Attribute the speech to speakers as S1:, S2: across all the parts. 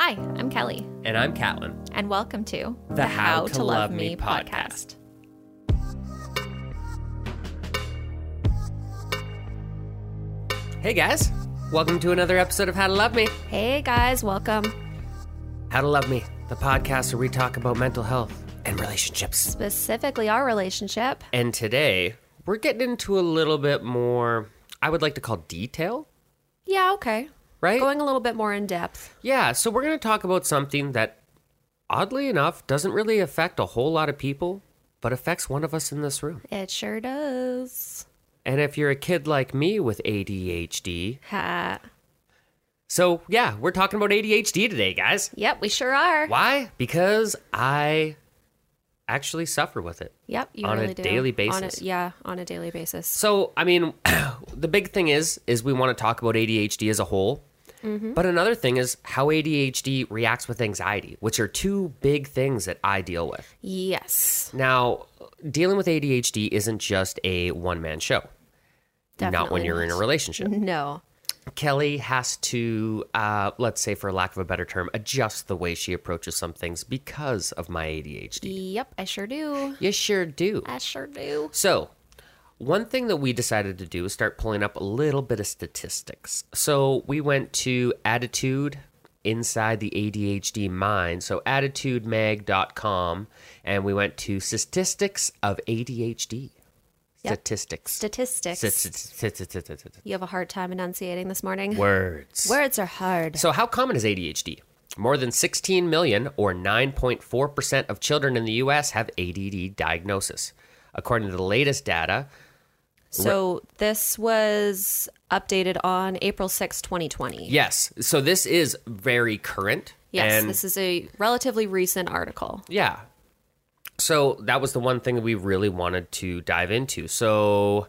S1: Hi, I'm Kelly,
S2: And I'm Catlin.
S1: and welcome to
S2: The How to Love Me podcast. Hey guys, welcome to another episode of How to Love Me.
S1: Hey guys, welcome
S2: How to Love Me, the podcast where we talk about mental health and relationships.
S1: specifically our relationship.
S2: And today, we're getting into a little bit more, I would like to call detail,
S1: Yeah, okay.
S2: right?
S1: Going a little bit more in depth.
S2: yeah, so we're going to talk about something that, oddly enough, doesn't really affect a whole lot of people, but affects one of us in this room.
S1: It sure does.
S2: And if you're a kid like me with ADHD,
S1: Ha.
S2: so yeah, we're talking about ADHD today, guys.
S1: Yep, we sure are.
S2: Why? Because I actually suffer with it.
S1: Yep, you
S2: On a
S1: really do.
S2: daily
S1: On a-
S2: basis.
S1: yeah, on a daily basis.
S2: So, I mean, the big thing is is we want to talk about ADHD as a whole. But another thing is how ADHD reacts with anxiety, which are two big things that I deal with.
S1: Yes,
S2: Now, dealing with ADHD isn't just a one-man show.
S1: definitely.
S2: not when you're in a relationship.
S1: No.
S2: Kelly has to, uh, let's say, for lack of a better term, adjust the way she approaches some things because of my ADHD.
S1: Yep, I sure do.
S2: You sure do.
S1: I sure do.
S2: So, one thing that we decided to do is start pulling up a little bit of statistics. So, we went to Attitude inside the ADHD mind, so attitudemag.com, and we went to statistics of ADHD.
S1: Yep.
S2: Statistics.
S1: Statistics.
S2: Statistics.
S1: you have a hard time enunciating this morning.
S2: Words.
S1: Words are hard.
S2: So, how common is ADHD? More than 16 million, or 9.4% of children in the US, have ADD diagnosis. According to the latest data,
S1: So this was updated on April sixth, 2020.
S2: yes. So, this is very current.
S1: Yes,
S2: and
S1: this is a relatively recent article.
S2: yeah. So, that was the one thing that we really wanted to dive into. So,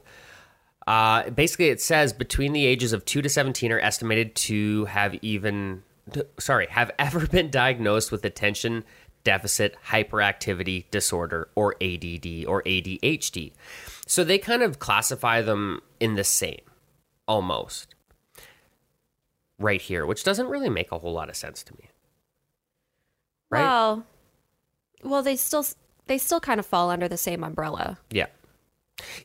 S2: uh, basically, it says between the ages of 2 to 17 are estimated to have even, t- sorry, have ever been diagnosed with attention deficit hyperactivity disorder or ADD or ADHD. So they kind of classify them in the same almost right here, which doesn't really make a whole lot of sense to me. Right?
S1: Well, well, they still they still kind of fall under the same umbrella.
S2: Yeah.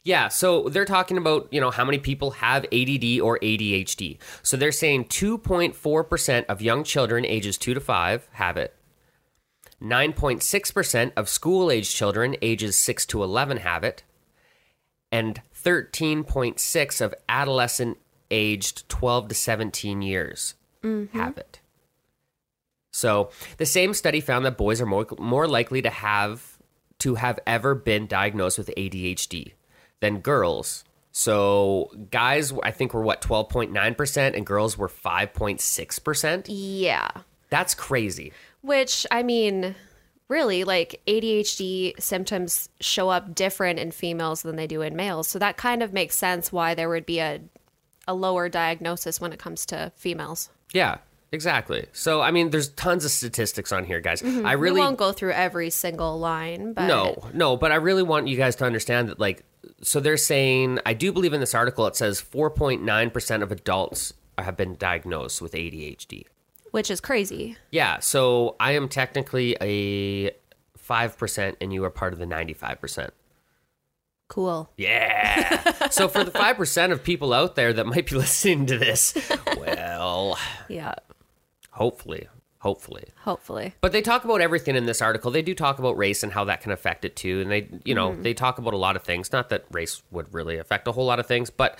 S2: Yeah, so they're talking about, you know, how many people have ADD or ADHD. So they're saying 2.4% of young children ages 2 to 5 have it. 9.6% of school-age children ages 6 to 11 have it. And 13.6 of adolescent aged 12 to 17 years have it. So the same study found that boys are more, more likely to have to have ever been diagnosed with ADHD than girls. So guys, I think were what twelve point nine percent, and girls were five point six percent.
S1: Yeah,
S2: That's crazy.
S1: which I mean, really, like ADHD symptoms show up different in females than they do in males. So that kind of makes sense why there would be a a lower diagnosis when it comes to females.
S2: Yeah, exactly. So I mean, there's tons of statistics on here, guys. I
S1: Mm-hmm. we
S2: really
S1: won't go through every single line, but
S2: No, no, but I really want you guys to understand that, like, so they're saying, I do believe in this article, it says 4.9% of adults have been diagnosed with ADHD.
S1: which is crazy.
S2: Yeah, so I am technically a 5%, and you are part of the 95%.
S1: Cool.
S2: Yeah. so for the 5% of people out there that might be listening to this, well,
S1: Yeah,
S2: hopefully, hopefully.
S1: hopefully.
S2: But they talk about everything in this article. They do talk about race and how that can affect it too. And they, you know, they talk about a lot of things. Not that race would really affect a whole lot of things, but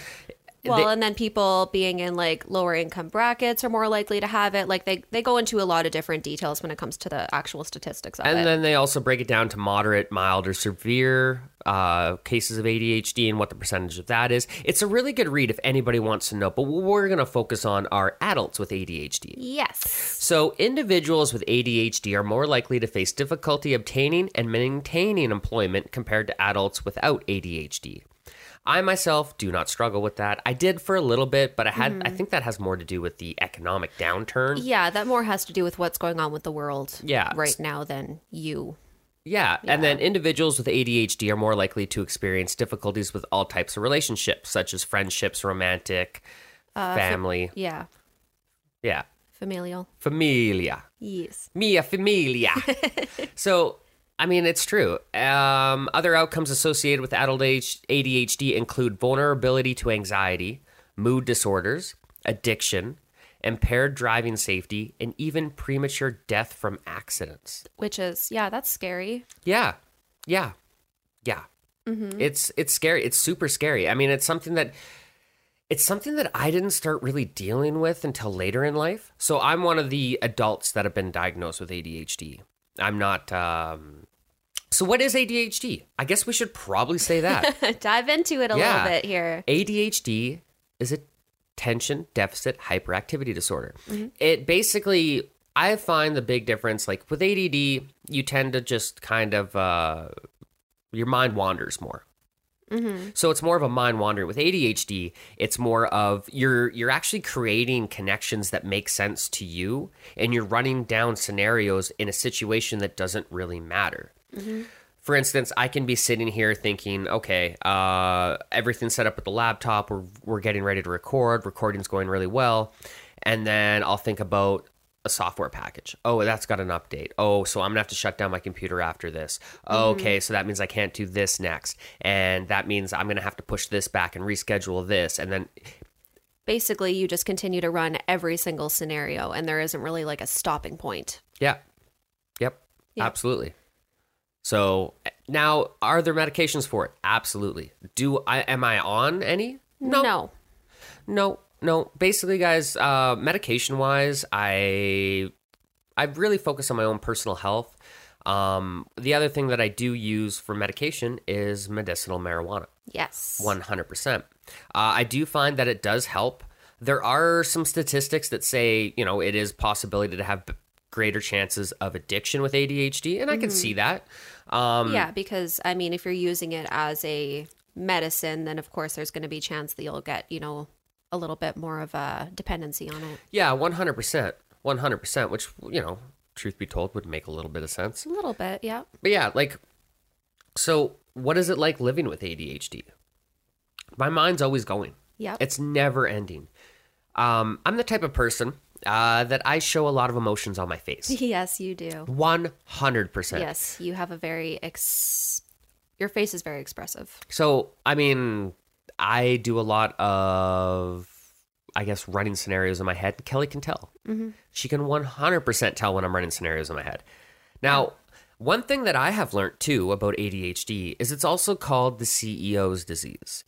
S1: Well, and then people being in like lower income brackets are more likely to have it. Like they, they go into a lot of different details when it comes to the actual statistics of it.
S2: and then they also break it down to moderate, mild, or severe uh, cases of ADHD and what the percentage of that is. It's a really good read if anybody wants to know. But we're going to focus on our adults with ADHD.
S1: yes.
S2: So, individuals with ADHD are more likely to face difficulty obtaining and maintaining employment compared to adults without ADHD. I myself do not struggle with that. I did for a little bit, but I had I think that has more to do with the economic downturn.
S1: Yeah, that more has to do with what's going on with the world
S2: Yeah.
S1: right now than you.
S2: Yeah, and then individuals with ADHD are more likely to experience difficulties with all types of relationships such as friendships, romantic, family.
S1: Yeah.
S2: yeah.
S1: Familial.
S2: Familia.
S1: Yes.
S2: Mia familia. so, I mean, it's true. Um, other outcomes associated with adult age ADHD include vulnerability to anxiety, mood disorders, addiction, impaired driving safety, and even premature death from accidents.
S1: Which is, yeah, that's scary.
S2: Yeah, yeah, yeah. It's it's scary. It's super scary. I mean, it's something that it's something that I didn't start really dealing with until later in life. So I'm one of the adults that have been diagnosed with ADHD. I'm not. Um, so what is ADHD? I guess we should probably say that
S1: Dive into it a
S2: Yeah.
S1: little bit here.
S2: ADHD is attention deficit hyperactivity disorder. It basically. I find the big difference, like with ADD, you tend to just kind of uh, your mind wanders more. So it's more of a mind wandering. With ADHD, it's more of you're you're actually creating connections that make sense to you, and you're running down scenarios in a situation that doesn't really matter. For instance, I can be sitting here thinking, okay, uh, everything's set up with the laptop. We're we're getting ready to record. Recording's going really well, and then I'll think about a software package. Oh, that's got an update. Oh, so I'm gonna have to shut down my computer after this.
S1: Mm-hmm.
S2: Okay, so that means I can't do this next, and that means I'm gonna have to push this back and reschedule this, and then
S1: Basically, you just continue to run every single scenario, and there isn't really like a stopping point.
S2: yeah, yep,
S1: Yeah.
S2: absolutely. So eh, now, are there medications for it? Absolutely. Do I am I on any?
S1: No.
S2: No, no. Basically, guys, uh, medication wise, I I really focus on my own personal health. Um, the other thing that I do use for medication is medicinal marijuana,
S1: Yes.
S2: one hundred percent. Uh, I do find that it does help. There are some statistics that say you know it is possibility to have b- greater chances of addiction with ADHD, and I can see that. Um,
S1: yeah, because I mean, if you're using it as a medicine, then of course there's going to be chance that you'll get, you know, a little bit more of a dependency on it.
S2: yeah, one hundred percent, one hundred percent. Which you know, truth be told, would make a little bit of sense.
S1: A little bit, yeah.
S2: But yeah, like, so what is it like living with ADHD? My mind's always going.
S1: Yep.
S2: It's never ending. Um, I'm the type of person uh, that I show a lot of emotions on my face.
S1: yes, you do.
S2: 100%.
S1: Yes, you have a very ex. Your face is very expressive.
S2: So, I mean, I do a lot of, I guess, running scenarios in my head. Kelly can tell. She can 100% tell when I'm running scenarios in my head. Now, one thing that I have learned too about ADHD is it's also called the CEO's disease.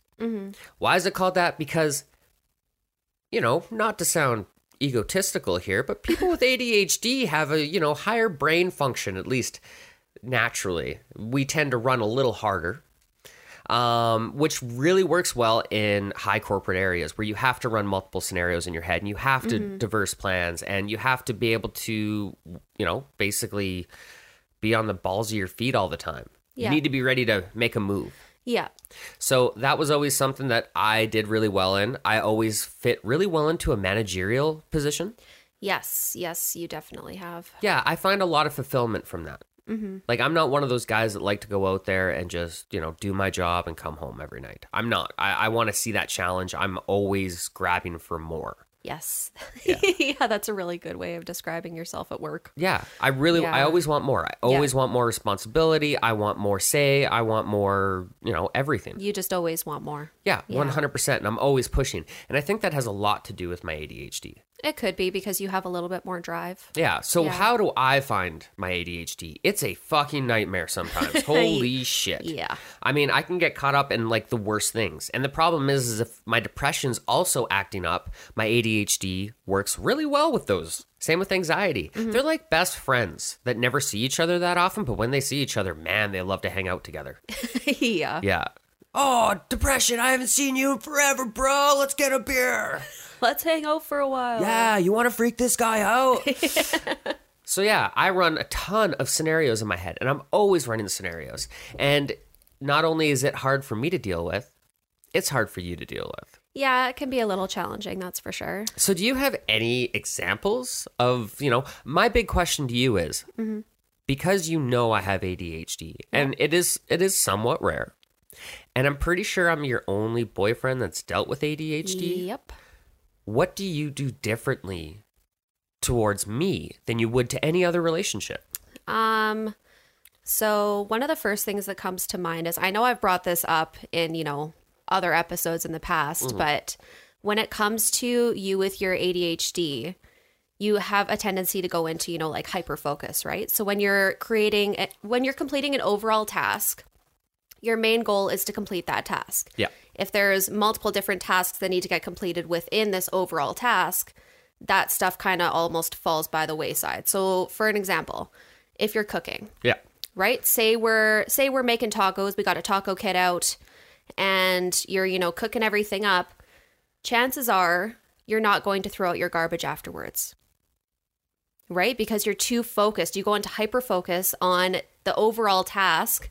S2: Why is it called that? Because, you know, not to sound egotistical here, but people with ADHD have a, you know, higher brain function, at least naturally. We tend to run a little harder um, which really works well in high corporate areas where you have to run multiple scenarios in your head and you have to diverse plans and you have to be able to, you know, basically be on the balls of your feet all the time.
S1: Yeah.
S2: You need to be ready to make a move.
S1: Yeah.
S2: So that was always something that I did really well in. I always fit really well into a managerial position.
S1: Yes. Yes, you definitely have.
S2: Yeah, I find a lot of fulfillment from that.
S1: Mm-hmm.
S2: Like I'm not one of those guys that like to go out there and just you know do my job and come home every night. I'm not. I, I want to see that challenge. I'm always grabbing for more.
S1: Yes. Yeah. that's a really good way of describing yourself at work.
S2: Yeah, I really. I
S1: Yeah.
S2: always want more. I always want more responsibility. I want more say. I want more. You know everything.
S1: You just always want more.
S2: Yeah, one hundred percent. And I'm always pushing. And I think that has a lot to do with my ADHD.
S1: It could be because you have a little bit more drive.
S2: Yeah. So
S1: Yeah.
S2: how do I find my ADHD? It's a fucking nightmare sometimes. Holy shit.
S1: Yeah.
S2: I mean, I can get caught up in like the worst things. And the problem is, is if my depression's also acting up, my ADHD works really well with those. Same with anxiety.
S1: Mm-hmm.
S2: They're like best friends that never see each other that often, but when they see each other, man, they love to hang out together.
S1: yeah.
S2: Yeah. Oh, depression. I haven't seen you in forever, bro. Let's get a beer.
S1: Let's hang out for a while.
S2: Yeah, you want to freak this guy out? so yeah, I run a ton of scenarios in my head, and I'm always running the scenarios. And not only is it hard for me to deal with, it's hard for you to deal with.
S1: Yeah, it can be a little challenging, that's for sure.
S2: So do you have any examples of, you know, my big question to you is because you know I have ADHD and it is it is somewhat rare. And I'm pretty sure I'm your only boyfriend that's dealt with ADHD.
S1: Yep.
S2: What do you do differently towards me than you would to any other relationship?
S1: Um, so one of the first things that comes to mind is I know I've brought this up in, you know, other episodes in the past, but when it comes to you with your ADHD, you have a tendency to go into, you know, like hyper focus, right? So when you're creating when you're completing an overall task, your main goal is to complete that task.
S2: Yeah.
S1: If there's multiple different tasks that need to get completed within this overall task, that stuff kind of almost falls by the wayside. So for an example, if you're cooking,
S2: Yeah.
S1: right? Say we're say we're making tacos, we got a taco kit out and you're, you know, cooking everything up, chances are you're not going to throw out your garbage afterwards. Right? Because you're too focused. You go into hyper focus on the overall task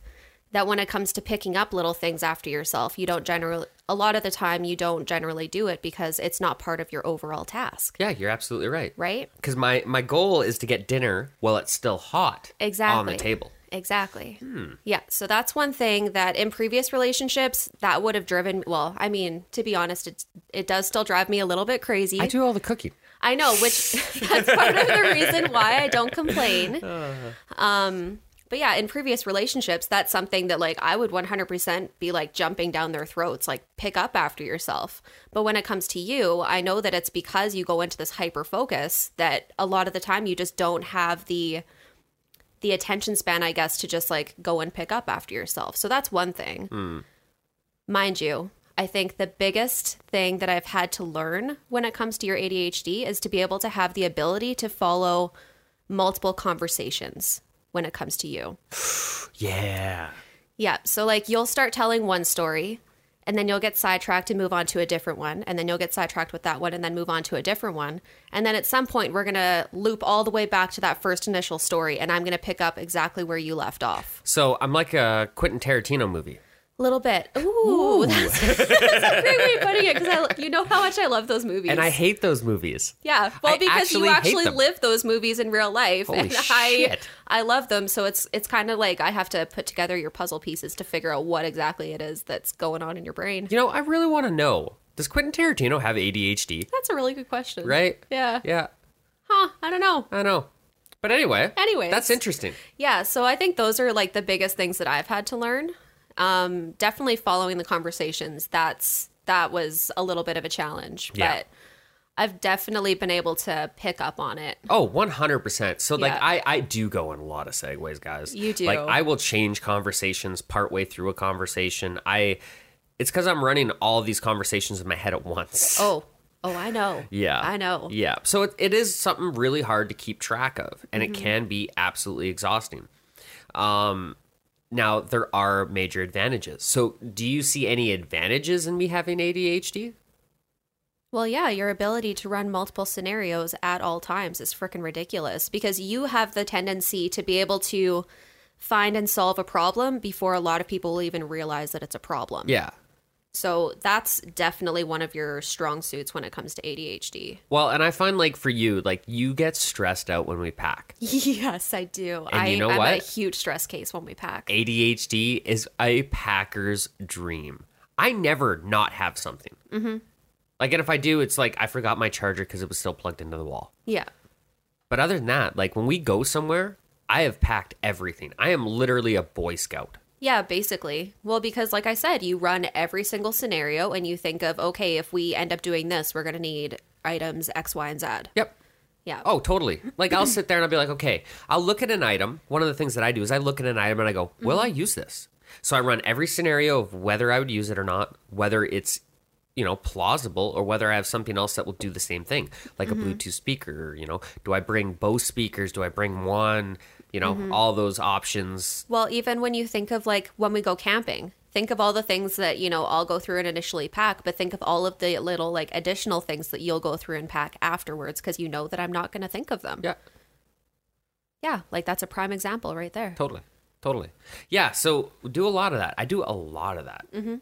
S1: that when it comes to picking up little things after yourself, you don't generally a lot of the time you don't generally do it because it's not part of your overall task,
S2: Yeah, you're absolutely right.
S1: right?
S2: Because my, my goal is to get dinner while it's still hot on
S1: Exactly.
S2: the table.
S1: Exactly. Yeah. So that's one thing that in previous relationships that would have driven. Well, I mean, to be honest, it it does still drive me a little bit crazy.
S2: I do all the cooking.
S1: I know, which that's part of the reason why I don't complain. Um, but yeah, in previous relationships, that's something that like I would 100% be like jumping down their throats, like pick up after yourself. But when it comes to you, I know that it's because you go into this hyper focus that a lot of the time you just don't have the the attention span, I guess, to just like go and pick up after yourself. So that's one thing. Mind you, I think the biggest thing that I've had to learn when it comes to your ADHD is to be able to have the ability to follow multiple conversations when it comes to you.
S2: Yeah.
S1: Yeah. So, like, you'll start telling one story and then you'll get sidetracked and move on to a different one. And then you'll get sidetracked with that one and then move on to a different one. And then at some point, we're going to loop all the way back to that first initial story. And I'm going to pick up exactly where you left off.
S2: So I'm like a Quentin Tarantino movie.
S1: A little bit. Ooh, That's, that's a great way of putting it because you know how much I love those movies.
S2: And I hate those movies.
S1: Yeah, well,
S2: I
S1: because
S2: actually
S1: you
S2: hate
S1: actually
S2: them.
S1: live those movies in real life,
S2: Holy
S1: and
S2: shit.
S1: I I love them. So it's it's kind of like I have to put together your puzzle pieces to figure out what exactly it is that's going on in your brain.
S2: You know, I really want to know does Quentin Tarantino have ADHD?
S1: That's a really good question,
S2: Right?
S1: Yeah.
S2: Yeah.
S1: Huh? I don't know.
S2: I know. But anyway.
S1: Anyways.
S2: That's interesting.
S1: Yeah, so I think those are like the biggest things that I've had to learn. Um, definitely following the conversations. That's that was a little bit of a challenge,
S2: Yeah.
S1: but I've definitely been able to pick up on it.
S2: Oh, 100%. So, like,
S1: Yeah.
S2: I, I do go in a lot of segues, guys.
S1: You do.
S2: Like, I will change conversations partway through a conversation. I, it's because I'm running all these conversations in my head at once.
S1: Oh, oh, I know.
S2: Yeah.
S1: I know.
S2: Yeah. So it, it is something really hard to keep track of, and
S1: Mm-hmm.
S2: it can be absolutely exhausting. Um, now, there are major advantages. So, do you see any advantages in me having ADHD?
S1: Well, yeah, your ability to run multiple scenarios at all times is freaking ridiculous because you have the tendency to be able to find and solve a problem before a lot of people will even realize that it's a problem.
S2: Yeah.
S1: So that's definitely one of your strong suits when it comes to ADHD.
S2: Well, and I find like for you, like you get stressed out when we pack.
S1: Yes, I do.
S2: And
S1: I,
S2: you know
S1: I'm a
S2: what?
S1: huge stress case when we pack.
S2: ADHD is a packer's dream. I never not have something. Mm-hmm. Like, and if I do, it's like I forgot my charger because it was still plugged into the wall.
S1: yeah.
S2: But other than that, like when we go somewhere, I have packed everything. I am literally a Boy Scout.
S1: Yeah, basically. Well, because like I said, you run every single scenario and you think of, okay, if we end up doing this, we're going to need items X, Y, and Z.
S2: Yep.
S1: Yeah.
S2: Oh, totally. Like I'll sit there and I'll be like, okay, I'll look at an item. One of the things that I do is I look at an item and I go, will I use this? So I run every scenario of whether I would use it or not, whether it's you know plausible or whether I have something else that will do the same thing, like a Bluetooth speaker. You know, do I bring Bose speakers? Do I bring one? You know, all those options.
S1: Well, even when you think of like when we go camping, think of all the things that, you know, I'll go through and initially pack, but think of all of the little like additional things that you'll go through and pack afterwards because you know that I'm not going to think of them.
S2: Yeah.
S1: Yeah, like that's a prime example right there.
S2: Totally. Totally. Yeah. So do a lot of that. I do a lot of that. Mm-hmm.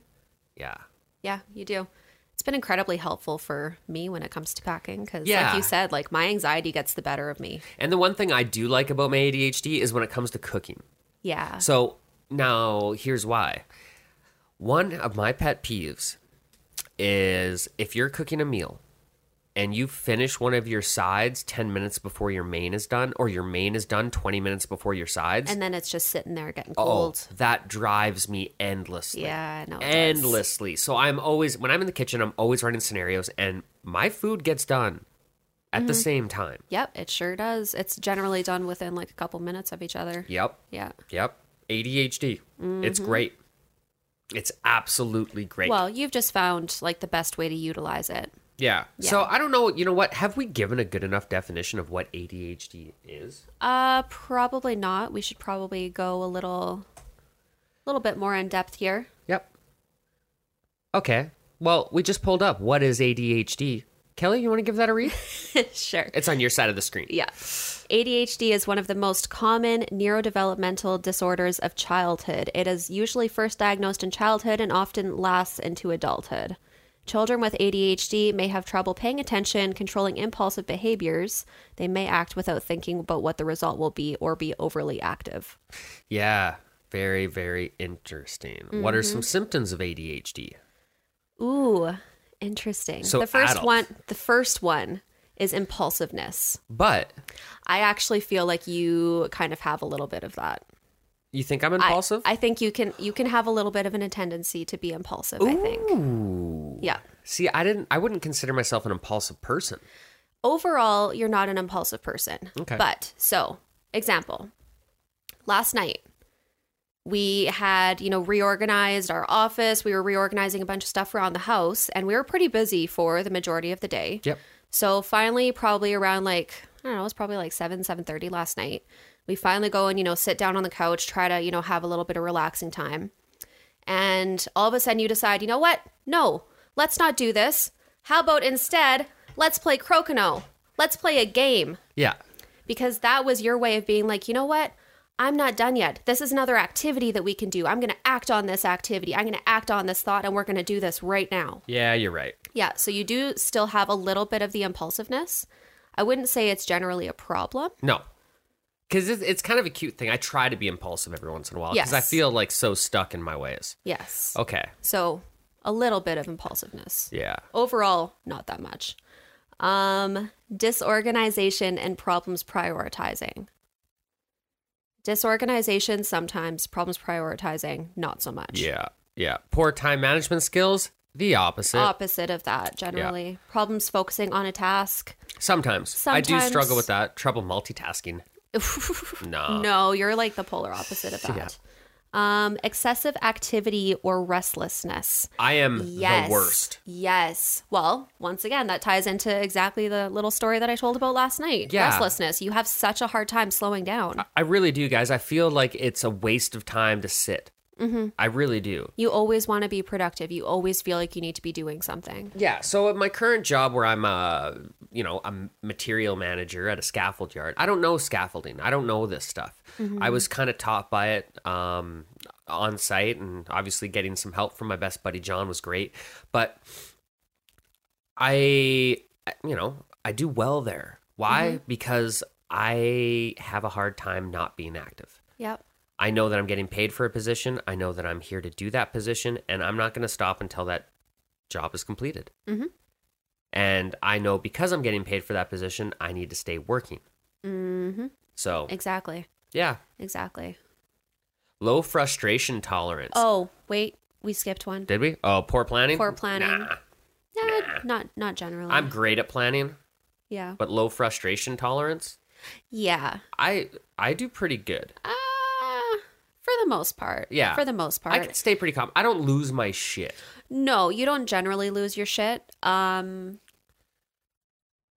S2: Yeah.
S1: Yeah, you do. It's been incredibly helpful for me when it comes to packing because,
S2: Yeah.
S1: like you said, like my anxiety gets the better of me.
S2: And the one thing I do like about my ADHD is when it comes to cooking.
S1: Yeah.
S2: So now here's why. One of my pet peeves is if you're cooking a meal and you finish one of your sides 10 minutes before your main is done or your main is done 20 minutes before your sides
S1: And then it's just sitting there getting
S2: oh
S1: cold.
S2: that drives me endlessly
S1: Yeah, I know. it does.
S2: endlessly so i'm always when i'm in the kitchen i'm always running scenarios and my food gets done at
S1: Mm-hmm.
S2: the same time
S1: Yep, it sure does. It's generally done within like a couple minutes of each other.
S2: yep
S1: Yeah.
S2: yep adhd it's
S1: Mm-hmm.
S2: great it's absolutely great
S1: Well, you've just found like the best way to utilize it.
S2: Yeah. So I don't know. You know what? Have we given a good enough definition of what ADHD is?
S1: Uh, probably not. We should probably go a little, little bit more in depth here.
S2: Yep. Okay. Well, we just pulled up what is ADHD. Kelly, you want to give that a read?
S1: sure.
S2: it's on your side of the screen.
S1: Yeah. ADHD is one of the most common neurodevelopmental disorders of childhood. It is usually first diagnosed in childhood and often lasts into adulthood. Children with ADHD may have trouble paying attention, controlling impulsive behaviors. They may act without thinking about what the result will be or be overly active.
S2: Yeah. Very, very interesting. What are some symptoms of ADHD?
S1: Ooh, interesting.
S2: So
S1: the first
S2: adult.
S1: one, the first one is impulsiveness.
S2: But
S1: I actually feel like you kind of have a little bit of that.
S2: you think I'm
S1: I-
S2: impulsive?
S1: I, think you can you can have a little bit of an, a tendency to be impulsive. I think.
S2: Ooh.
S1: Yeah.
S2: See, I didn't. I wouldn't consider myself an impulsive person.
S1: Overall, you're not an impulsive person.
S2: Okay.
S1: But so example, last night we had you know reorganized our office. We were reorganizing a bunch of stuff around the house, and we were pretty busy for the majority of the day.
S2: Yep.
S1: So finally, probably around like I don't know, it was probably like seven, seven thirty last night. We finally go and you know sit down on the couch, try to you know have a little bit of relaxing time, and all of a sudden you decide, you know what? No, let's not do this. How about instead, let's play crokinole. Let's play a game
S2: Yeah.
S1: because that was your way of being like, you know what? I'm not done yet. This is another activity that we can do. I'm going to act on this activity. I'm going to act on this thought, and we're going to do this right now.
S2: Yeah, you're right.
S1: Yeah, so you do still have a little bit of the impulsiveness. I wouldn't say it's generally a problem.
S2: No. Because it's, it's kind of a cute thing. I try to be impulsive every once in a while because I
S1: Yes.
S2: feel like so stuck in my ways.
S1: Yes.
S2: Okay.
S1: So a little bit of impulsiveness.
S2: Yeah.
S1: Overall, not that much. Um, disorganization and problems prioritizing. Disorganization sometimes, problems prioritizing, not so much.
S2: Yeah. Yeah. Poor time management skills, the opposite.
S1: Opposite of that, generally. Problems focusing on a task.
S2: sometimes. I do
S1: Sometimes-
S2: struggle with that. Trouble multitasking. No.
S1: No, you're like the polar opposite of that. Um, excessive activity or restlessness.
S2: I am
S1: Yes.
S2: the worst.
S1: Yes. Well, once again, that ties into exactly the little story that I told about last night.
S2: Yeah. Uh,
S1: Restlessness. You have such a hard time slowing down.
S2: I really do, guys. I feel like it's a waste of time to sit. Mm-hmm. I really do.
S1: You always want to be productive. You always feel like you need to be doing something.
S2: Yeah. So at my current job, where I'm a, you know, a material manager at a scaffold yard, I don't know scaffolding. I don't know this stuff. I was kind of taught by it um, on site, and obviously getting some help from my best buddy John was great. But I, you know, I do well there. Why? Because I have a hard time not being active.
S1: Yep.
S2: I know that I'm getting paid for a position. I know that I'm here to do that position, and I'm not going to stop until that job is completed.
S1: Mhm.
S2: And I know because I'm getting paid for that position, I need to stay working.
S1: Mm-hmm.
S2: So,
S1: Exactly.
S2: yeah,
S1: Exactly.
S2: low frustration tolerance.
S1: Oh, wait. We skipped one.
S2: Did we? Oh, poor planning?
S1: Poor planning.
S2: Nah.
S1: Nah, not not generally.
S2: I'm great at planning,
S1: yeah.
S2: but low frustration tolerance?
S1: Yeah.
S2: I I do pretty good.
S1: Uh, for the most part.
S2: Yeah.
S1: For the most part.
S2: I can stay pretty calm. I don't lose my shit.
S1: No, you don't generally lose your shit. Um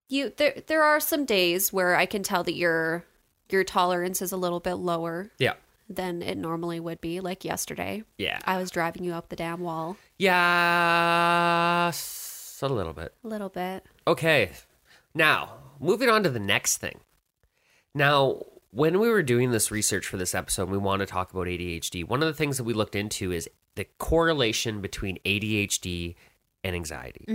S1: you there there are some days where I can tell that your your tolerance is a little bit lower
S2: Yeah.
S1: than it normally would be, like yesterday.
S2: Yeah.
S1: I was driving you up the damn wall
S2: Yeah, s- a little bit.
S1: a little bit.
S2: Okay. Now, moving on to the next thing. Now, when we were doing this research for this episode, we want to talk about ADHD. One of the things that we looked into is the correlation between ADHD and anxiety.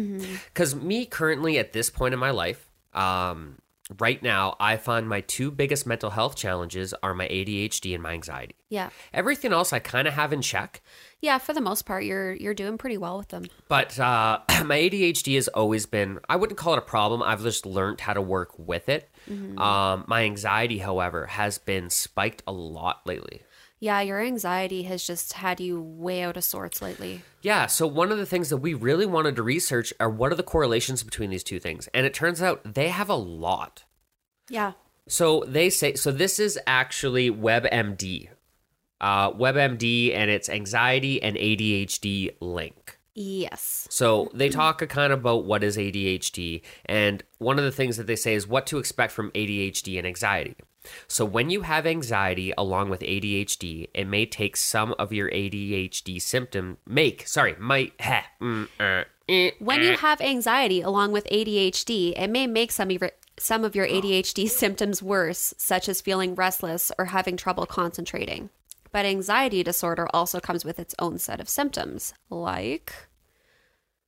S2: Because me currently at this point in my life, um, right now, I find my two biggest mental health challenges are my ADHD and my anxiety.
S1: Yeah.
S2: Everything else I kind of have in check,
S1: Yeah, for the most part, you're you're doing pretty well with them.
S2: but uh, my ADHD has always been, I wouldn't call it a problem. I've just learned how to work with it. Um, my anxiety, however, has been spiked a lot lately.
S1: Yeah, your anxiety has just had you way out of sorts lately.
S2: Yeah, so one of the things that we really wanted to research are what are the correlations between these two things? And it turns out they have a lot.
S1: Yeah.
S2: So they say so this is actually WebMD. Uh, WebMD and its anxiety and ADHD link.
S1: Yes.
S2: So they talk a kind of about what is ADHD and one of the things that they say is what to expect from ADHD and anxiety. So when you have anxiety along with ADHD, it may take some of your ADHD symptom make, sorry, might heh, mm, uh, eh,
S1: When you have anxiety along with ADHD, it may make some of your, some of your
S2: Oh.
S1: ADHD symptoms worse, such as feeling restless or having trouble concentrating. But anxiety disorder also comes with its own set of symptoms, like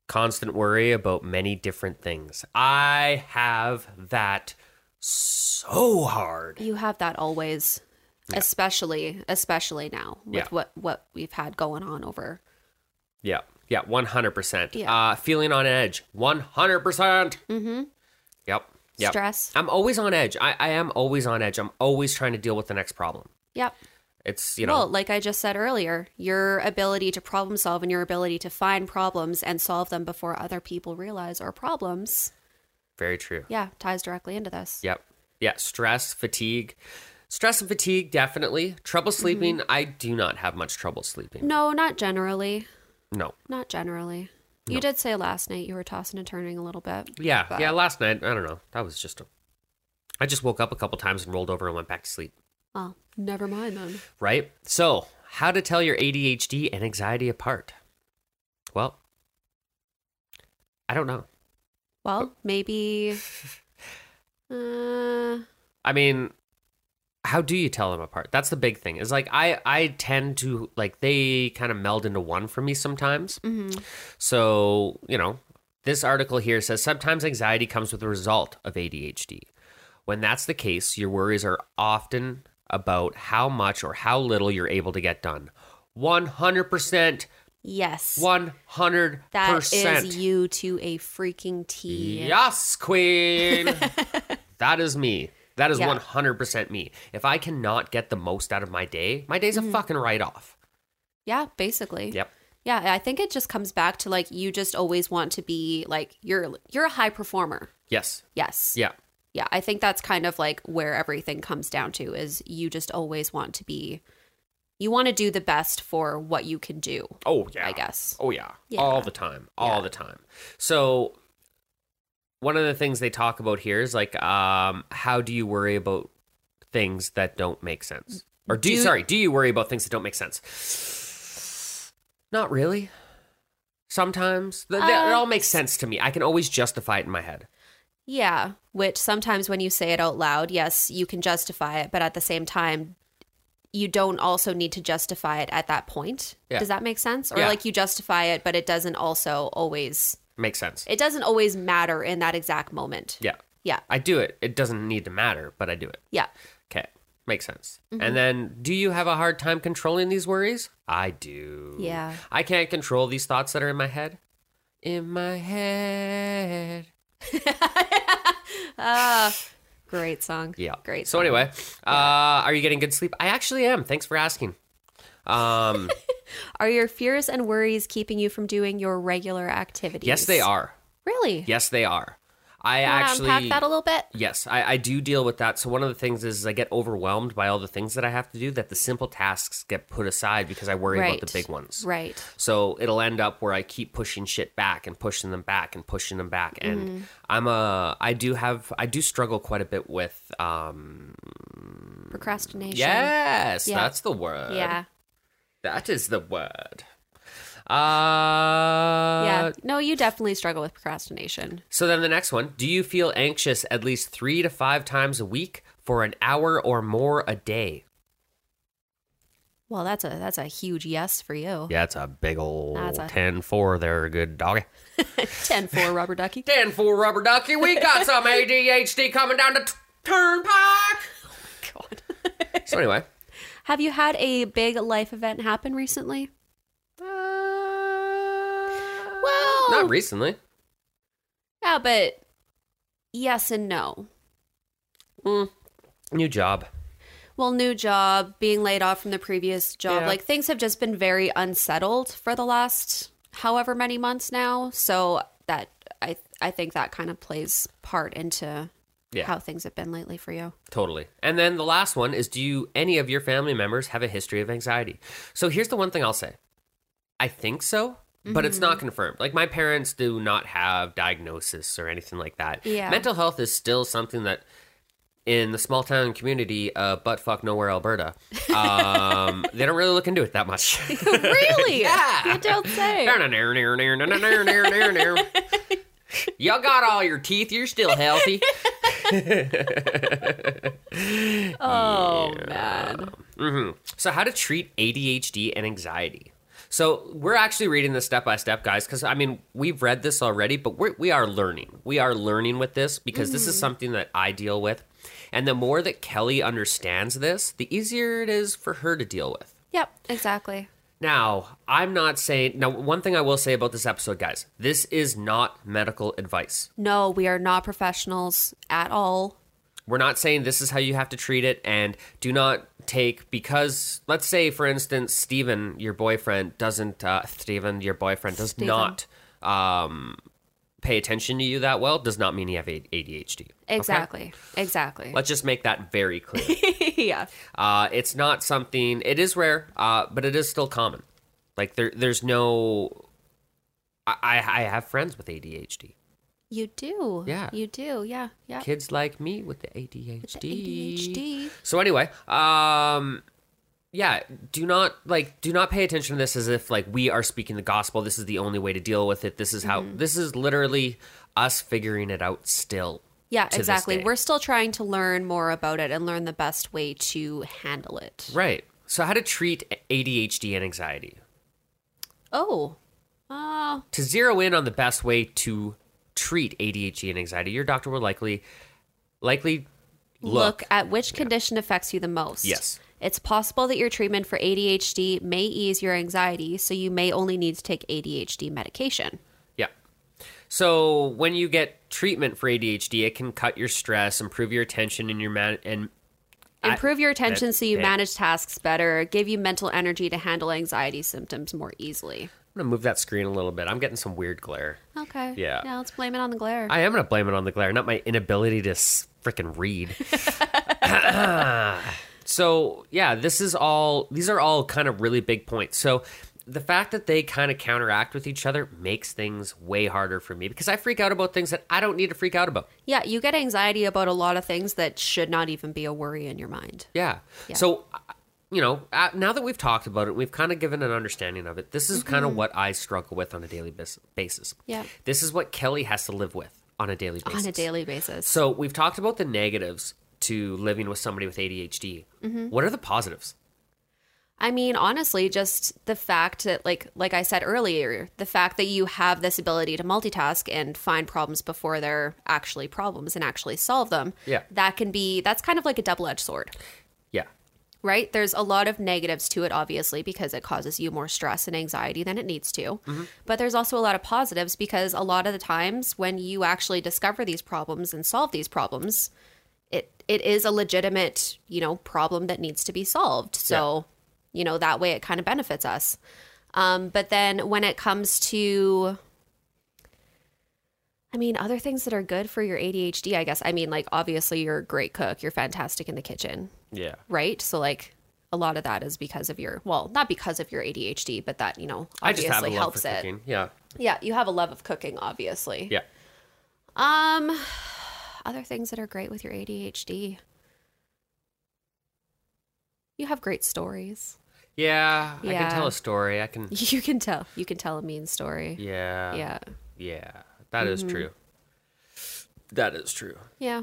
S2: constant worry about many different things. I have that so hard.
S1: you have that always, especially especially now with
S2: Yeah.
S1: what what we've had going on over.
S2: Yeah. Yeah, 100%.
S1: Yeah. Mm-hmm.
S2: Uh feeling on edge. 100%. percent Mhm. Yep. Yep.
S1: Stress.
S2: I'm always on edge. I, I am always on edge. I'm always trying to deal with the next problem.
S1: Yep.
S2: It's, you know,
S1: Well, like I just said earlier, your ability to problem solve and your ability to find problems and solve them before other people realize are problems,
S2: very true.
S1: yeah, ties directly into this.
S2: Yep. Yeah, stress, fatigue. Stress and fatigue definitely. Trouble
S1: Mm-hmm.
S2: sleeping. I do not have much trouble sleeping.
S1: No, not generally.
S2: No.
S1: Not generally. You did say last night you were tossing and turning a little bit.
S2: Yeah,
S1: But-
S2: yeah. Last night, I don't know. That was just a. I just woke up a couple times and rolled over and went back to sleep.
S1: Oh, never mind then.
S2: Right. So, how to tell your ADHD and anxiety apart? Well, I don't know.
S1: Well, maybe. Uh,
S2: I mean, how do you tell them apart? That's the big thing. Is like I I tend to like they kind of meld into one for me sometimes.
S1: mhm.
S2: So, you know, this article here says sometimes anxiety comes with the result of ADHD. When that's the case, your worries are often about how much or how little you're able to get done. 100%,
S1: Yes.
S2: 100%.
S1: that is you to a freaking T.
S2: Yes, queen. that is me. That is
S1: Yeah.
S2: 100% me. If I cannot get the most out of my day, my day's a fucking write off.
S1: Mm-hmm. Yeah, basically.
S2: Yep.
S1: Yeah, I think it just comes back to like you just always want to be like you're you're a high performer.
S2: Yes.
S1: Yes.
S2: Yeah.
S1: Yeah, I think that's kind of like where everything comes down to is you just always want to be you want to do the best for what you can do,
S2: Oh, yeah.
S1: I guess.
S2: Oh yeah.
S1: Yeah.
S2: All the time. All
S1: Yeah.
S2: the time. So one of the things they talk about here is like um how do you worry about things that don't make sense? Or do, you
S1: Do-
S2: sorry, do you worry about things that don't make sense? Not really. Sometimes Th- th- it
S1: Uh,
S2: all makes sense to me. I can always justify it in my head.
S1: Yeah, which sometimes when you say it out loud, yes, you can justify it, but at the same time you don't also need to justify it at that point.
S2: Yeah.
S1: Does that make sense? Or
S2: Yeah.
S1: like you justify it, but it doesn't also always
S2: Makes sense.
S1: it doesn't always matter in that exact moment.
S2: yeah.
S1: Yeah.
S2: I do it. It doesn't need to matter, but I do it.
S1: Yeah.
S2: Okay. Makes sense.
S1: Mm-hmm.
S2: And then, do you have a hard time controlling these worries? I do.
S1: Yeah.
S2: I can't control these thoughts that are in my head. In my head.
S1: Great song.
S2: Yeah.
S1: Great.
S2: So, anyway, uh, are you getting good sleep? I actually am. Thanks for asking. Um,
S1: Are your fears and worries keeping you from doing your regular activities?
S2: yes, they are.
S1: Really?
S2: Yes, they are. I
S1: Wanna
S2: actually.
S1: unpack that a little bit.
S2: Yes, I, I do deal with that. So one of the things is, I get overwhelmed by all the things that I have to do. That the simple tasks get put aside because I worry about the
S1: Right.
S2: big ones.
S1: Right.
S2: So it'll end up where I keep pushing shit back and pushing them back and pushing them back. And
S1: Mm-hmm.
S2: I'm a, I do have, I do struggle quite a bit with, um,
S1: Procrastination.
S2: yes,
S1: Yeah.
S2: that's the word.
S1: Yeah.
S2: That is the word. Uh,
S1: yeah.
S2: yeah.
S1: No, you definitely struggle with procrastination.
S2: So then the next one Do you feel anxious at least three to five times a week for an hour or more a day?
S1: Well, that's a that's a huge yes for you.
S2: Yeah, it's a big old
S1: That's a-
S2: 10 4 there, good doggy.
S1: Ten four rubber ducky.
S2: 10 4 rubber ducky. We got some ADHD coming down the t- turnpike.
S1: God.
S2: So, anyway,
S1: Have you had a big life event happen recently? Well,
S2: not recently.
S1: yeah, but yes and no.
S2: New job.
S1: Well, new job, being laid off from the previous job,
S2: Yeah.
S1: like things have just been very unsettled for the last however many months now. So that I I think that kind of plays part into
S2: Yeah.
S1: how things have been lately for you.
S2: Totally. And then the last one is do you any of your family members have a history of anxiety? So here's the one thing I'll say. I think so, but it's
S1: Mm-hmm.
S2: not confirmed. Like my parents do not have diagnosis or anything like that.
S1: Yeah.
S2: Mental health is still something that in the small town community of butt fuck nowhere Alberta, um, they don't really look into it that much.
S1: really?
S2: Yeah.
S1: You don't say.
S2: Y'all got all your teeth. You're still healthy.
S1: Oh man.
S2: hmm So, how to treat ADHD and anxiety. So, we're actually reading this step by step, guys, because I mean, we've read this already, but we're, we are learning. We are learning with this because this is something that I deal with. And the more that Kelly understands this, the easier it is for her to deal with.
S1: Yep, exactly.
S2: Now, I'm not saying. Now, one thing I will say about this episode, guys, this is not medical advice.
S1: No, we are not professionals at all.
S2: We're not saying this is how you have to treat it and do not take because let's say for instance Steven your boyfriend doesn't uh Steven your boyfriend does
S1: Steven.
S2: not um pay attention to you that well does not mean you have A- ADHD. okay?
S1: Exactly. Exactly.
S2: Let's just make that very clear.
S1: yeah.
S2: uh it's not something it is rare uh but it is still common. Like there there's no I I I have friends with ADHD.
S1: You do.
S2: Yeah.
S1: You do. Yeah. Yeah.
S2: Kids like me with the ADHD.
S1: The ADHD.
S2: So anyway, um yeah, do not like do not pay attention to this as if like we are speaking the gospel. This is the only way to deal with it. This is how this is literally us figuring it out still.
S1: Yeah,
S2: to this
S1: exactly.
S2: day.
S1: We're still trying to learn more about it and learn the best way to handle it.
S2: Right. So how to treat ADHD and anxiety?
S1: Oh. Oh.
S2: To zero in on the best way to treat ADHD and anxiety, your doctor will likely likely
S1: Look,
S2: look,
S1: at which condition affects you the most.
S2: Yes.
S1: It's possible that your treatment for ADHD may ease your anxiety, so you may only need to take ADHD medication.
S2: Yeah. So when you get treatment for ADHD, it can cut your stress, improve your attention, and your man and I-
S1: Improve your attention
S2: that-
S1: so you
S2: that-
S1: manage tasks better, give you mental energy to handle anxiety symptoms more easily.
S2: I'm gonna move that screen a little bit. I'm getting some weird glare.
S1: Okay.
S2: Yeah.
S1: Yeah, let's blame it on the glare.
S2: I am gonna blame it on the glare, not my inability to freaking read. so yeah, this is all. These are all kind of really big points. So the fact that they kind of counteract with each other makes things way harder for me because I freak out about things that I don't need to freak out about.
S1: yeah, you get anxiety about a lot of things that should not even be a worry in your mind.
S2: Yeah. So, uh, you know, uh, now that we've talked about it, we've kind of given an understanding of it. This is kind of what I struggle with on a daily bas- basis.
S1: Yeah.
S2: This is what Kelly has to live with on a daily basis.
S1: On a daily basis.
S2: So we've talked about the negatives to living with somebody with ADHD.
S1: Mm-hmm.
S2: What are the positives?
S1: I mean, honestly, just the fact that like like I said earlier, the fact that you have this ability to multitask and find problems before they're actually problems and actually solve them.
S2: Yeah.
S1: That can be that's kind of like a double-edged sword.
S2: Yeah.
S1: right? There's a lot of negatives to it, obviously, because it causes you more stress and anxiety than it needs to. But there's also a lot of positives because a lot of the times when you actually discover these problems and solve these problems, it it is a legitimate, you know, problem that needs to be solved. So, you know, that way it kind of benefits us. Um, but then when it comes to I mean, other things that are good for your ADHD, I guess. I mean, like obviously you're a great cook, you're fantastic in the kitchen
S2: Yeah.
S1: right? So like a lot of that is because of your well, not because of your ADHD, but that you know
S2: I just
S1: obviously
S2: have a love
S1: helps
S2: for
S1: it.
S2: cooking. Yeah.
S1: Yeah, you have a love of cooking, obviously.
S2: Yeah.
S1: Um, other things that are great with your ADHD. You have great stories.
S2: Yeah. I
S1: Yeah.
S2: can tell a story. I can.
S1: You can tell. You can tell a mean story.
S2: Yeah.
S1: Yeah. Mm-hmm.
S2: Yeah. That is true. That is true.
S1: Yeah.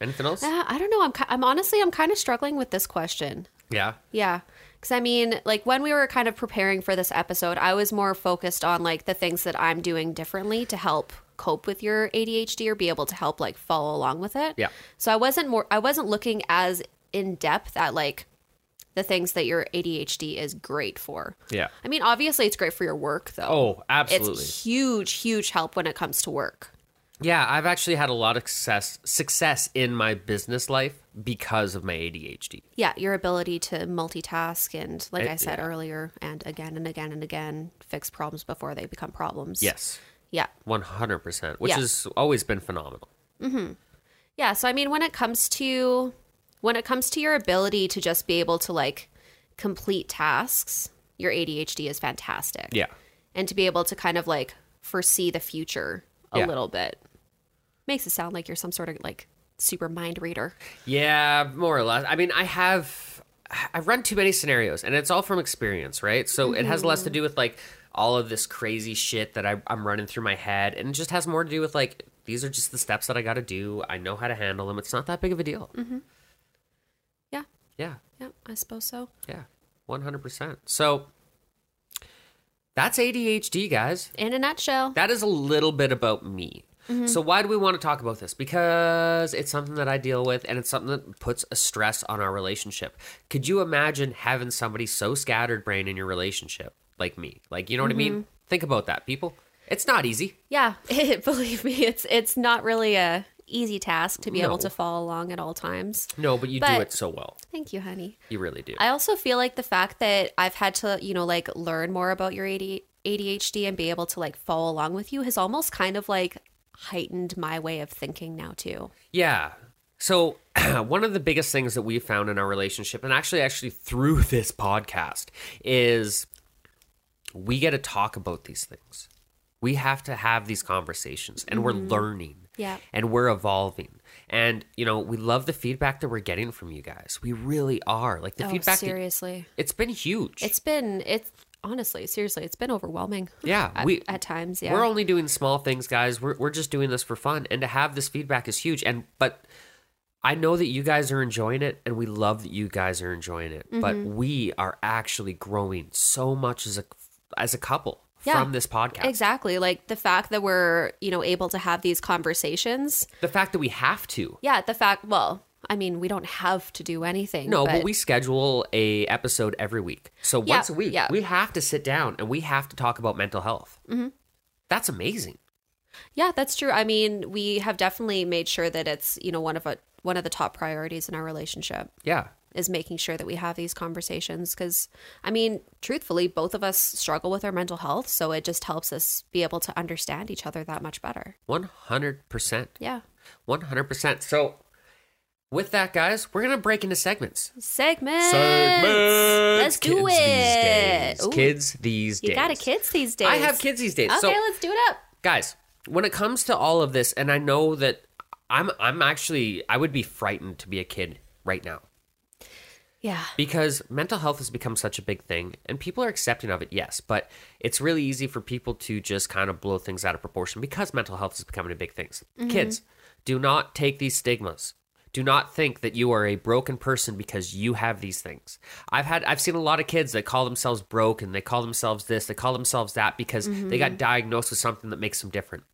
S2: Anything else?
S1: Uh, I don't know. I'm ki- I'm honestly I'm kind of struggling with this question.
S2: Yeah.
S1: Yeah. Because I mean, like when we were kind of preparing for this episode, I was more focused on like the things that I'm doing differently to help cope with your ADHD or be able to help like follow along with it.
S2: Yeah.
S1: So I wasn't more, I wasn't looking as in depth at like the things that your ADHD is great for.
S2: Yeah.
S1: I mean, obviously it's great for your work though.
S2: Oh, absolutely.
S1: It's huge, huge help when it comes to work.
S2: Yeah, I've actually had a lot of success success in my business life because of my ADHD.
S1: Yeah, your ability to multitask and, like
S2: Eh,
S1: I said earlier, and again and again and again, fix problems before they become problems.
S2: Yes.
S1: Yeah.
S2: 100%, which
S1: Yeah.
S2: has always been phenomenal.
S1: Yeah, so I mean when it comes to when it comes to your ability to just be able to like complete tasks, your ADHD is fantastic.
S2: Yeah.
S1: And to be able to kind of like foresee the future a
S2: Yeah.
S1: little bit. Makes it sound like you're some sort of like super mind reader.
S2: Yeah, more or less. I mean, I have I've run too many scenarios, and it's all from experience, right? So it has less to do with like all of this crazy shit that I, I'm running through my head, and it just has more to do with like these are just the steps that I got to do. I know how to handle them. It's not that big of a deal.
S1: Yeah.
S2: Yeah,
S1: Yeah, I suppose so.
S2: yeah, one hundred percent. So that's ADHD, guys.
S1: In a nutshell.
S2: That is a little bit about me. So why do we want to talk about this? Because it's something that I deal with and it's something that puts a stress on our relationship. Could you imagine having somebody so scattered brain in your relationship like me? Like you know what I mean? Think about that, people. It's not easy.
S1: Yeah, believe me, it's it's not really a easy task to be
S2: No.
S1: able to follow along at all times.
S2: No, but you do
S1: But-
S2: it so well.
S1: Thank you, honey.
S2: You really do.
S1: I also feel like the fact that I've had to, you know, like learn more about your AD- ADHD and be able to like follow along with you has almost kind of like heightened my way of thinking now too.
S2: Yeah. So one of the biggest things that we found in our relationship, and actually actually through this podcast, is we get to talk about these things. We have to have these conversations and
S1: Mm-hmm.
S2: we're learning.
S1: Yeah.
S2: And we're evolving. And you know, we love the feedback that we're getting from you guys. We really are. Like the
S1: Oh,
S2: feedback that-
S1: seriously.
S2: it's been huge.
S1: It's been it's honestly, seriously, it's been overwhelming.
S2: yeah.
S1: At,
S2: we
S1: at times, yeah.
S2: we're only doing small things, guys. We're we're just doing this for fun, and to have this feedback is huge. And but I know that you guys are enjoying it, and we love that you guys are enjoying it. But
S1: Mm-hmm.
S2: we are actually growing so much as a as a couple
S1: Yeah.
S2: from this podcast.
S1: exactly. Like the fact that we're, you know, able to have these conversations.
S2: The fact that we have to.
S1: Yeah, the fact, well, I mean, we don't have to do anything.
S2: No, but, we schedule a episode every week. So
S1: Yeah,
S2: once a week,
S1: yeah.
S2: we have to sit down and we have to talk about mental health. Mm-hmm. That's amazing.
S1: Yeah, that's true. I mean, we have definitely made sure that it's you know one of a, one of the top priorities in our relationship
S2: Yeah.
S1: is making sure that we have these conversations because I mean, truthfully, both of us struggle with our mental health, so it just helps us be able to understand each other that much better.
S2: One hundred percent.
S1: Yeah.
S2: One hundred percent. So, with that, guys, we're gonna break into segments.
S1: Segments. Let's do
S2: Kids
S1: it.
S2: These days.
S1: Ooh,
S2: Kids these days.
S1: You got a kids these days.
S2: I have kids these days.
S1: Okay,
S2: so,
S1: let's do it up.
S2: guys, when it comes to all of this, and I know that I'm, I'm actually, I would be frightened to be a kid right now
S1: Yeah.
S2: because mental health has become such a big thing and people are accepting of it yes but it's really easy for people to just kind of blow things out of proportion because mental health is becoming a big thing kids do not take these stigmas do not think that you are a broken person because you have these things i've had i've seen a lot of kids that call themselves broken they call themselves this they call themselves that because they got diagnosed with something that makes them different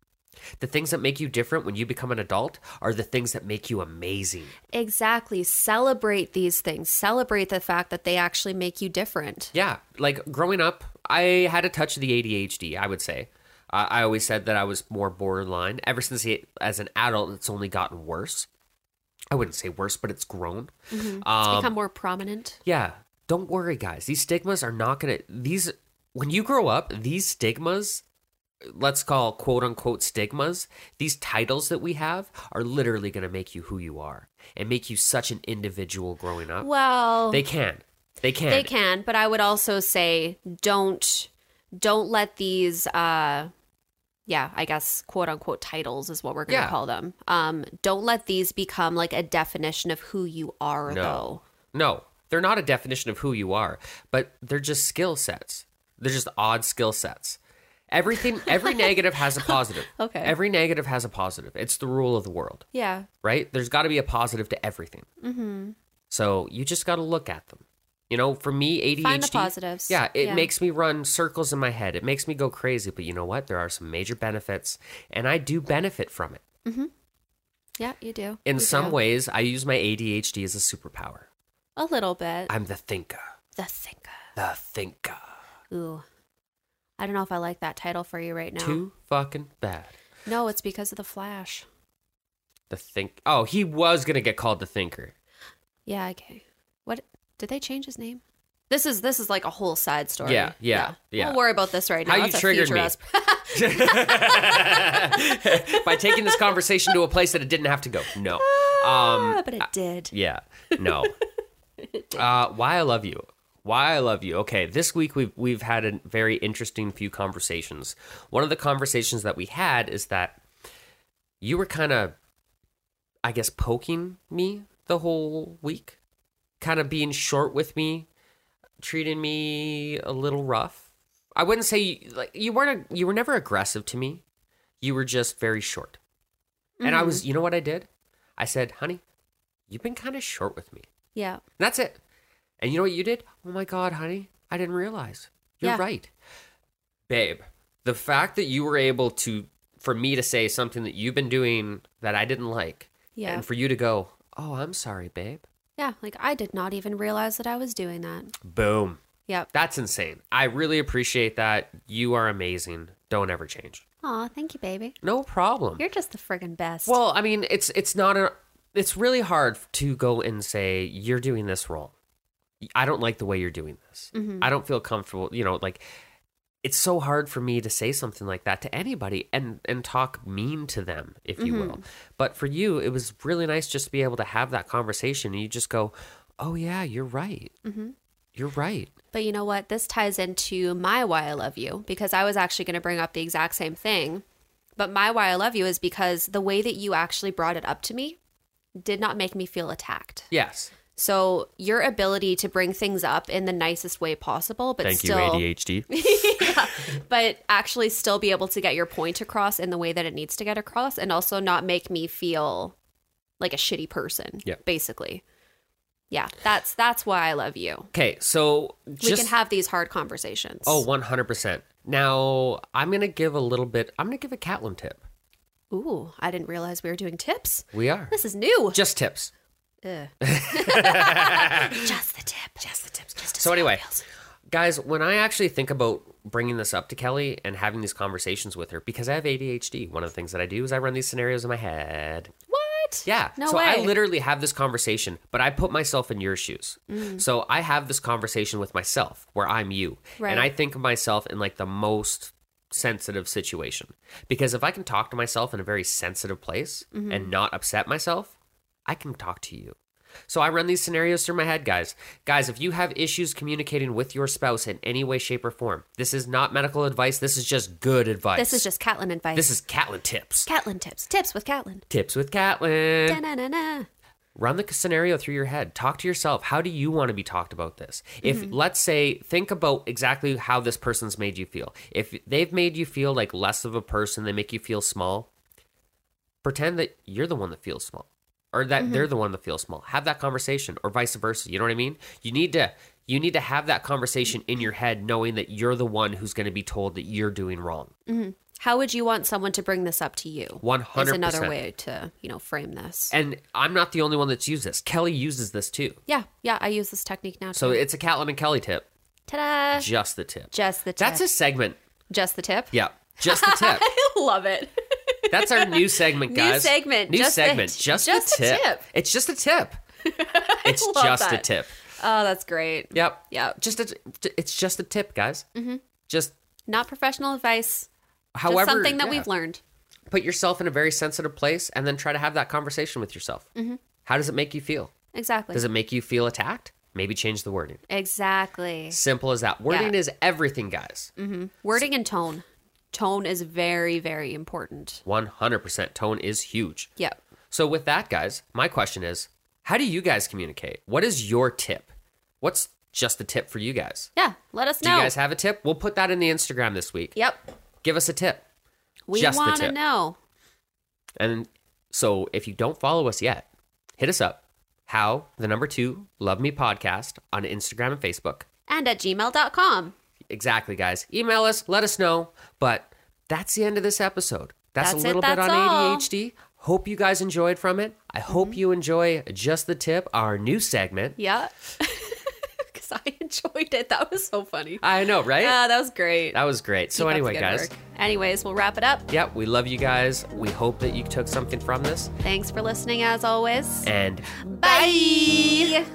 S2: the things that make you different when you become an adult are the things that make you amazing
S1: Exactly. Celebrate these things. Celebrate the fact that they actually make you different.
S2: Yeah, like growing up, I had a touch of the ADHD. I would say. Uh, I always said that I was more borderline. Ever since he, as an adult, it's only gotten worse. I wouldn't say worse, but it's grown. Um,
S1: Become more prominent.
S2: yeah, don't worry, guys. These stigmas are not gonna. These when you grow up, these stigmas, let's call quote unquote stigmas, these titles that we have are literally gonna make you who you are and make you such an individual growing up.
S1: Well,
S2: They
S1: they,
S2: can. They can.
S1: can, but I would also say don't don't let these uh yeah, I guess quote unquote titles is what we're going to
S2: Yeah.
S1: call them. Um don't let these become like a definition of who you are
S2: No.
S1: though.
S2: No, they're not a definition of who you are, but they're just skill sets. They're just odd skill sets. Everything, every negative has a positive.
S1: Okay.
S2: Every negative has a positive. It's the rule of the world,
S1: Yeah.
S2: right? There's got to be a positive to everything. Mm-hmm. So you just got to look at them. You know, for me, ADHD.
S1: Find the positives.
S2: Yeah, it
S1: Yeah.
S2: makes me run circles in my head. It makes me go crazy. But you know what? There are some major benefits, and I do benefit from it.
S1: Mm-hmm. Yeah, you do.
S2: In
S1: You
S2: some
S1: do.
S2: ways, I use my ADHD as a superpower.
S1: A little bit.
S2: I'm the thinker.
S1: the thinker.
S2: The thinker.
S1: Ooh. I don't know if I like that title for you right now.
S2: Too fucking bad.
S1: No, it's because of the Flash.
S2: The think. Oh, he was gonna get called the thinker.
S1: Yeah, okay. What did they change his name? This is this is like a whole side story.
S2: Yeah, yeah, yeah.
S1: Don't worry about this right now.
S2: How you
S1: That's a
S2: triggered
S1: future
S2: me.
S1: us-
S2: By taking this conversation to a place that it didn't have to go. No. Um.
S1: Ah, but it did.
S2: Yeah. No. uh, why I love you. Why I love you. Okay, this week we've we've had a very interesting few conversations. One of the conversations that we had is that you were kind of, I guess, poking me the whole week, kind of being short with me, treating me a little rough. I wouldn't say you, like you weren't you were never aggressive to me. You were just very short, and I
S1: Mm-hmm.
S2: was. You know what I did? I said, "Honey, you've been kind of short with me.
S1: Yeah.
S2: And that's it. And you know what you did? Oh my God, honey, I didn't realize. You're
S1: Yeah.
S2: right. Babe, the fact that you were able to, for me to say something that you've been doing that I didn't like,
S1: Yeah.
S2: and for you to go, oh, I'm sorry, babe.
S1: Yeah. Like I did not even realize that I was doing that.
S2: Boom.
S1: Yep.
S2: That's insane. I really appreciate that. You are amazing. Don't ever change.
S1: Aw, thank you, baby.
S2: No problem.
S1: You're just the friggin' best.
S2: Well, I mean, it's it's not a it's really hard to go and say you're doing this wrong. I don't like the way you're doing this.
S1: Mm-hmm.
S2: I don't feel comfortable, you know, like it's so hard for me to say something like that to anybody and and talk mean to them, if you will.
S1: Mm-hmm.
S2: But for you, it was really nice just to be able to have that conversation and you just go, "Oh yeah, you're right."
S1: Mm-hmm.
S2: You're right.
S1: But you know what? This ties into my why I love you because I was actually going to bring up the exact same thing. But my why I love you is because the way that you actually brought it up to me did not make me feel attacked.
S2: Yes.
S1: So your ability to bring things up in the nicest way possible, but
S2: Thank
S1: still,
S2: you ADHD.
S1: but actually still be able to get your point across in the way that it needs to get across, and also not make me feel like a shitty person.
S2: Yeah.
S1: basically. Yeah, that's that's why I love you.
S2: okay, so
S1: we
S2: just
S1: can have these hard conversations.
S2: Oh, 100%. Now, I'm going to give a little bit, I'm going to give a Catlin tip.
S1: Ooh, I didn't realize we were doing tips.
S2: We are.
S1: This is new.
S2: Just tips.
S1: Ugh. Just the tip. Just the tips. Just
S2: So, anyway, guys, when I actually think about bringing this up to Kelly and having these conversations with her, because I have ADHD, one of the things that I do is I run these scenarios in my head.
S1: what?
S2: Yeah.
S1: No
S2: so
S1: way.
S2: I literally have this conversation, but I put myself in your shoes.
S1: Mm.
S2: So I have this conversation with myself where I'm you.
S1: Right.
S2: And I think of myself in like the most sensitive situation. Because if I can talk to myself in a very sensitive place
S1: Mm-hmm.
S2: and not upset myself, I can talk to you. So I run these scenarios through my head, guys. Guys, if you have issues communicating with your spouse in any way, shape, or form, this is not medical advice. This is just good advice.
S1: this is just Catlin advice.
S2: this is Catlin tips.
S1: Catlin tips. Tips with Catlin.
S2: tips with Catlin.
S1: Da-na-na-na.
S2: Run the scenario through your head. Talk to yourself. How do you want to be talked about this? If,
S1: Mm-hmm.
S2: let's say, think about exactly how this person's made you feel. If they've made you feel like less of a person, they make you feel small, pretend that you're the one that feels small or that they're
S1: Mm-hmm.
S2: the one that feels small. Have that conversation or vice versa. You know what I mean? You need to. You need to have that conversation in your head, knowing that you're the one who's going to be told that you're doing wrong.
S1: How would you want someone to bring this up to you?
S2: One
S1: Is
S2: hundred
S1: another
S2: percent.
S1: way to you know frame this.
S2: And I'm not the only one that's used this. Kelly uses this too.
S1: yeah, yeah. I use this technique now. Too.
S2: So it's a Catlin and Kelly tip.
S1: ta-da!
S2: Just the tip.
S1: Just the tip.
S2: That's a segment.
S1: just the tip.
S2: Yeah. Just the tip.
S1: I love it.
S2: That's our new segment,
S1: New
S2: guys.
S1: segment,
S2: New
S1: just the-
S2: segment. just
S1: just
S2: the
S1: a
S2: tip.
S1: tip.
S2: It's just a tip. It's
S1: love
S2: just a
S1: that.
S2: tip.
S1: oh, that's great.
S2: Yep.
S1: Yep.
S2: Just a. It's just a tip, guys. Mm-hmm. Just
S1: Not professional advice.
S2: however
S1: just something that
S2: yeah.
S1: we've learned.
S2: Put yourself in a very sensitive place, and then try to have that conversation with yourself. Mm-hmm. How does it make you feel?
S1: Exactly.
S2: Does it make you feel attacked? Maybe change the wording.
S1: exactly.
S2: Simple as that. Wording is everything, guys.
S1: Mm. Wording and tone. Tone is very, very important.
S2: One hundred percent. Tone is huge.
S1: Yep.
S2: So, with that, guys, my question is how do you guys communicate? What is your tip? What's just the tip for you guys?
S1: Yeah. Let us
S2: Do
S1: know.
S2: you guys have a tip? We'll put that in the Instagram this week.
S1: yep.
S2: Give us a tip.
S1: We
S2: Just the
S1: want to
S2: tip.
S1: know.
S2: And so, if you don't follow us yet, hit us up. how the number two Love Me podcast on Instagram and Facebook.
S1: and at gmail.com.
S2: Exactly, guys. Email us, let us know. But that's the end of this episode. That's,
S1: That's
S2: a
S1: it,
S2: little bit
S1: that's
S2: on
S1: all. Mm-hmm.
S2: ADHD. Hope you guys enjoyed from it. I hope you enjoy Just the Tip, our new segment.
S1: Yeah. Because I enjoyed it. That was so funny.
S2: I know, right?
S1: Yeah, Uh, that was great.
S2: that was great.
S1: Keep
S2: So,
S1: up the
S2: anyway,
S1: good
S2: guys,
S1: work. Anyways, we'll wrap it up.
S2: yeah, we love you guys. We hope that you took something from this.
S1: Thanks for listening as always.
S2: And
S1: Bye.